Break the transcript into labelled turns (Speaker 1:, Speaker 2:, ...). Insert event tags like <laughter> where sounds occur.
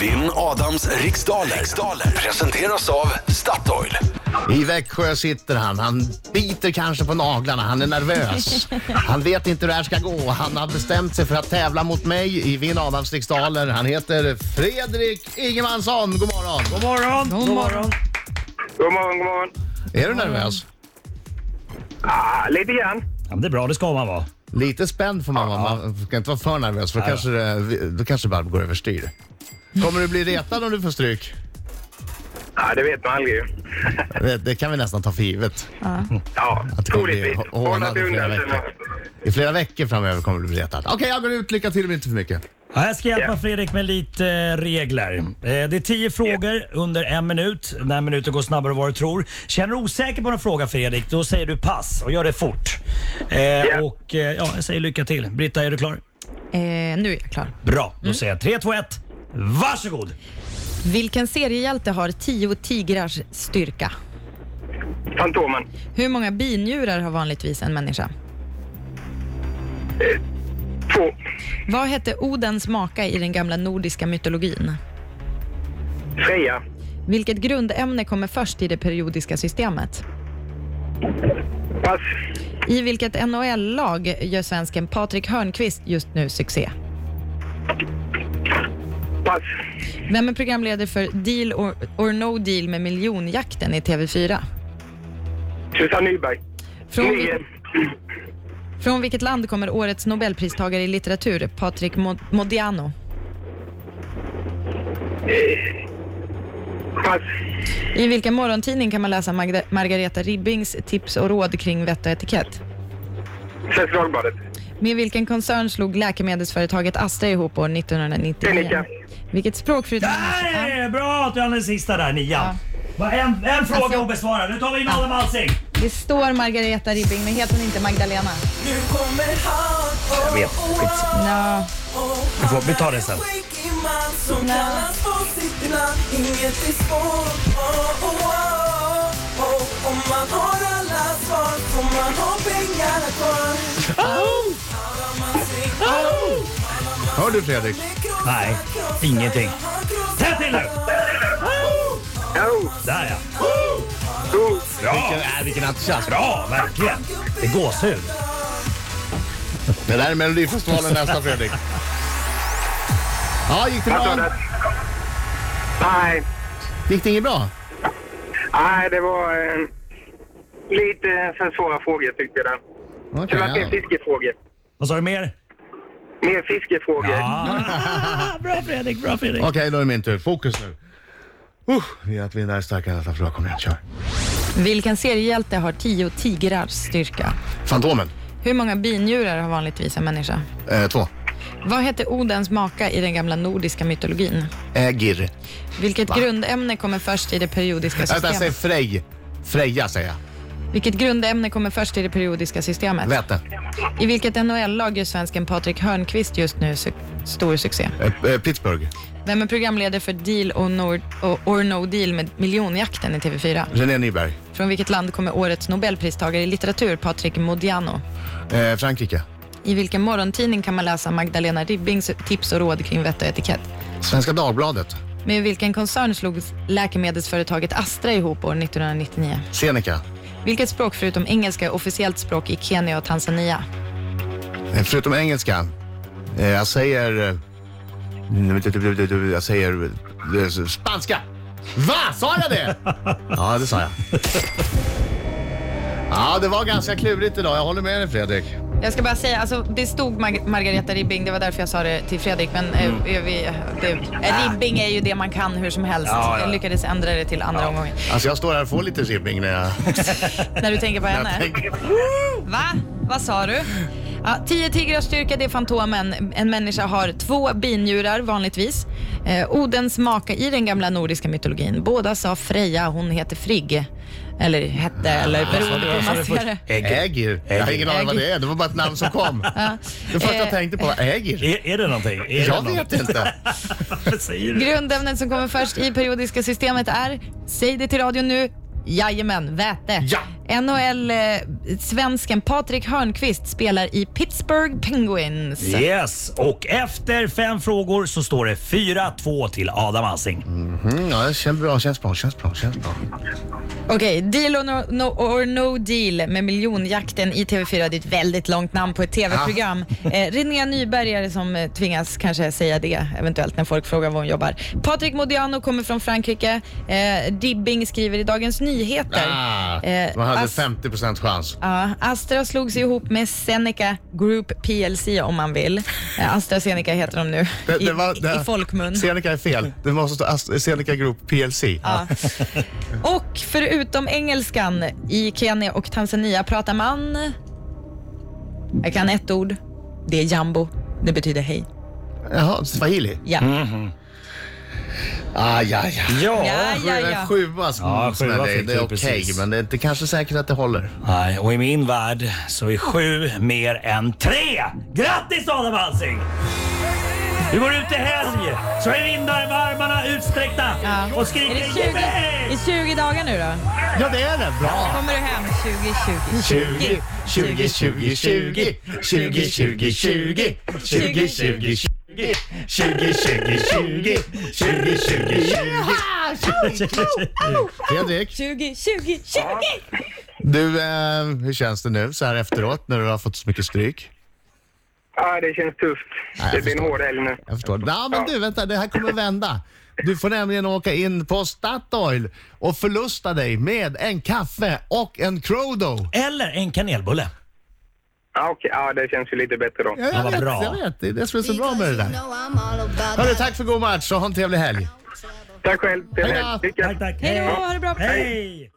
Speaker 1: Vinn Adams riksdaler. riksdaler presenteras av Statoil.
Speaker 2: I Växjö sitter han. Han biter kanske på naglarna. Han är nervös. Han vet inte hur det här ska gå. Han har bestämt sig för att tävla mot mig i Vinn Adams riksdaler. Han heter Fredrik Ingemansson. God morgon!
Speaker 3: God morgon!
Speaker 4: God morgon.
Speaker 5: God morgon, god morgon.
Speaker 2: Är du nervös?
Speaker 5: Ah, lite grann.
Speaker 3: Ja, men det är bra, det ska man vara.
Speaker 2: Lite spänd får man vara. Man ska inte vara för nervös för då kanske det, då kanske det bara går överstyr. Kommer du bli retad om du får stryk?
Speaker 5: Ah, det vet man aldrig ju.
Speaker 2: Det, det kan vi nästan ta för givet.
Speaker 5: Ja,
Speaker 2: Att det kommer bli
Speaker 5: troligtvis.
Speaker 2: hå- hånad
Speaker 5: Ordnat
Speaker 2: i flera
Speaker 5: undan sen.
Speaker 2: veckor. I flera veckor framöver kommer du bli retad. Okej, jag går ut. Lycka till men inte för mycket.
Speaker 3: Ja, jag ska hjälpa
Speaker 5: Ja.
Speaker 3: Fredrik med lite eh, regler. Eh, Det är tio frågor under en minut. Den här minuten går snabbare än vad du tror. Känner du osäker på en fråga Fredrik, då säger du pass och gör det fort. Eh, Och eh, ja, jag säger lycka till. Britta, är du klar?
Speaker 4: Eh, nu är jag klar.
Speaker 3: Bra, då säger jag 3, 2, 1. Varsågod!
Speaker 4: Vilken seriehjälte har tio tigrars styrka?
Speaker 5: Fantomen.
Speaker 4: Hur många binjurar har vanligtvis en människa?
Speaker 5: Två.
Speaker 4: Vad hette Odens maka i den gamla nordiska mytologin?
Speaker 5: Freja.
Speaker 4: Vilket grundämne kommer först i det periodiska systemet?
Speaker 5: Pass.
Speaker 4: I vilket NHL-lag gör svensken Patrik Hörnqvist just nu succé?
Speaker 5: Pass.
Speaker 4: Vem är programledare för Deal or, or no deal med miljonjakten i TV4?
Speaker 5: Susanne Nyberg.
Speaker 4: Från, vil-
Speaker 5: Nio.
Speaker 4: från vilket land kommer årets nobelpristagare i litteratur, Patrik Mo- Modiano?
Speaker 5: Pass.
Speaker 4: I vilken morgontidning kan man läsa Magda- Margareta Ribbings tips och råd kring vett och etikett?
Speaker 5: Svenska Dagbladet.
Speaker 4: Med vilken koncern slog läkemedelsföretaget Astra ihop år 1999?
Speaker 5: Unica.
Speaker 4: Vilket språk förutom...
Speaker 3: Där
Speaker 4: Ja,
Speaker 3: är det! Bra att du hann den sista där, nian. Va, En, en fråga
Speaker 4: Alltså-
Speaker 3: obesvarad. Nu tar vi in Adam Alsing.
Speaker 4: Det står Margareta Ribbing, men heter hon inte Magdalena?
Speaker 6: Nu kommer han
Speaker 3: Jag vet, skit.
Speaker 4: Ja.
Speaker 3: Vi får- vi tar det sen.
Speaker 4: Nej.
Speaker 6: Om man har alla svar får man ha pengarna kvar Adam Alsing.
Speaker 2: Hör du Fredrik?
Speaker 3: Nej, ingenting. Tätt till nu!
Speaker 5: Oh,
Speaker 3: Där ja.
Speaker 5: oh.
Speaker 3: Bra!
Speaker 2: Vilken, äh, vilken entusiasm.
Speaker 3: Bra, verkligen. Det är gåshud.
Speaker 2: Det där är Melodifestivalen nästa Fredrik. Ja, gick det
Speaker 5: Vad sa
Speaker 2: bra?
Speaker 5: du? Nej.
Speaker 2: Gick det inget bra?
Speaker 5: Nej, det var eh, lite för svåra frågor tyckte jag. Det
Speaker 2: Okej,
Speaker 5: var mer
Speaker 2: ja.
Speaker 5: fiskefrågor.
Speaker 3: Vad sa du mer?
Speaker 5: Mer fiskefrågor.
Speaker 3: Ah, bra Fredrik, bra Fredrik.
Speaker 2: Okej, då är det min tur. Fokus nu. Uh, vi att vinna är starkare än alla förlorare. Kom igen, kör.
Speaker 4: Vilken seriehjälte har tio tigrars styrka?
Speaker 2: Fantomen.
Speaker 4: Hur många binjurar har vanligtvis en människa?
Speaker 2: Eh, två.
Speaker 4: Vad hette Odens maka i den gamla nordiska mytologin?
Speaker 2: Eh, Girr.
Speaker 4: Vilket grundämne kommer först i det periodiska
Speaker 2: Vänta,
Speaker 4: systemet?
Speaker 2: säg Frej. Freja säger jag.
Speaker 4: Vilket grundämne kommer först i det periodiska systemet?
Speaker 2: Väte.
Speaker 4: I vilket NHL-lag gör svensken Patrik Hörnqvist just nu su- stor succé?
Speaker 2: Eh, eh, Pittsburgh.
Speaker 4: Vem är programledare för Deal or no, or no Deal med miljonjakten i TV4?
Speaker 2: René Nyberg.
Speaker 4: Från vilket land kommer årets nobelpristagare i litteratur, Patrik Modiano?
Speaker 2: Eh, Frankrike.
Speaker 4: I vilken morgontidning kan man läsa Magdalena Ribbings tips och råd kring vett och etikett?
Speaker 2: Svenska Dagbladet.
Speaker 4: Med vilken koncern slogs läkemedelsföretaget Astra ihop år 1999?
Speaker 2: Seneca.
Speaker 4: Vilket språk förutom engelska är officiellt språk i Kenya och Tanzania?
Speaker 2: Eh, Förutom engelska. Eh, Jag säger... eh, Jag säger... eh, Spanska! Va? Sa jag
Speaker 3: <laughs>
Speaker 2: det? Ja, det sa jag. Ja, det var ganska klurigt idag. Jag håller med dig Fredrik.
Speaker 4: Jag ska bara säga, alltså, det stod Mar- Margareta Ribbing, det var därför jag sa det till Fredrik, men eh, är vi, det, eh, Ribbing är ju det man kan hur som helst.
Speaker 3: Ja, ja.
Speaker 4: Jag lyckades ändra det till andra omgången.
Speaker 2: Alltså jag står här och får lite zipping när jag,
Speaker 4: När du tänker på
Speaker 2: när jag
Speaker 4: henne.
Speaker 2: tänker.
Speaker 4: Va? Vad sa du? Ja, tio tigrars styrka, det är Fantomen. En människa har två binjurar vanligtvis. Eh, Odens maka i den gamla nordiska mytologin. Båda sa Freja, hon heter Frigg. Eller hette, eller beroende på hur man ser det.
Speaker 3: Ägg.
Speaker 2: Ägir. Jag har ingen aning vad det är. Det var bara ett namn som kom. Det första jag
Speaker 4: Eh,
Speaker 2: tänkte på var ägir.
Speaker 3: Är, är det någonting? Är det
Speaker 2: Jag
Speaker 3: någonting?
Speaker 2: vet inte.
Speaker 3: Vad säger du?
Speaker 4: Grundämnet som kommer först i periodiska systemet är, säg det till radion nu, Jajamän, väte.
Speaker 2: Ja.
Speaker 4: NHL-svensken eh, Patrik Hörnqvist spelar i Pittsburgh Penguins.
Speaker 3: Yes, och efter fem frågor så står det 4-2 till Adam Alsing.
Speaker 2: Mm, ja, det känns bra, känns bra, känns bra, känns bra.
Speaker 4: Okej, deal or no, no, or no deal med miljonjakten i TV4. Det är ett väldigt långt namn på ett TV-program. Eh, Linnea Nyberg är det som eh, tvingas kanske säga det eventuellt när folk frågar var hon jobbar. Patrik Modiano kommer från Frankrike. Eh, Dibbing skriver i Dagens Nyheter.
Speaker 2: Ah,
Speaker 4: Eh,
Speaker 2: man hade
Speaker 4: As-
Speaker 2: 50 chans.
Speaker 4: Ja, Astra slog sig ihop med Seneca Group PLC om man vill. Eh, Astra Seneca heter de nu i, i folkmun.
Speaker 2: Seneca är fel. Det måste stå Ast- alltså, Seneca Group PLC.
Speaker 4: Ja. Och förutom engelskan i Kenya och Tanzania pratar man... Jag kan ett ord. Det är jambo. Det betyder hej.
Speaker 2: Jaha, swahili.
Speaker 4: Ja.
Speaker 2: Ah, ja, ja.
Speaker 3: Ja.
Speaker 4: Ja.
Speaker 2: En sjua som
Speaker 3: Ja,
Speaker 2: som
Speaker 3: sjua
Speaker 2: är det.
Speaker 3: fick
Speaker 2: Det är
Speaker 3: du,
Speaker 2: okej,
Speaker 3: precis.
Speaker 2: men det är inte kanske säkert att det håller.
Speaker 3: Nej, och i min värld så är sju mer än tre. Grattis Adam Alsing! Du går ut i helg, så är vindar med armarna utsträckta
Speaker 4: Ja.
Speaker 3: och
Speaker 4: Är
Speaker 3: skriker
Speaker 4: det 20,
Speaker 3: "Jippie!"
Speaker 4: i 20 dagar nu då?
Speaker 2: Ja, det är det. Bra!
Speaker 4: Kommer du hem 2020?
Speaker 2: 20, 20, 20, 20, 20, 20, 20, 20, 20, 20. 20, 20, 20, 20, 20, 20.
Speaker 4: Ah,
Speaker 2: Fredrik,
Speaker 4: 2020, 20!
Speaker 2: du, eh, hur känns det nu så här efteråt när du har fått så mycket stryk?
Speaker 5: Ja, det känns tufft.
Speaker 2: jag
Speaker 5: det blir en
Speaker 2: förstår.
Speaker 5: hård helg nu.
Speaker 2: Jag förstår. Nej, men du, vänta, det här kommer vända. Du får nämligen åka in på Statoil och förlusta dig med en kaffe och en Crodo.
Speaker 3: Eller en kanelbulle.
Speaker 5: Ja, okej. Ja, det känns ju lite bättre då.
Speaker 2: Ja, jag,
Speaker 3: Ja, vad
Speaker 2: vet,
Speaker 3: bra.
Speaker 2: jag vet, det är det som är så bra med det där. Hörru,
Speaker 7: Hörru,
Speaker 2: tack för god match och ha en trevlig helg.
Speaker 5: Tack själv.
Speaker 2: Hej då.
Speaker 5: Lycka
Speaker 3: Tack, tack.
Speaker 4: Hej då, ha det bra.
Speaker 3: Hej!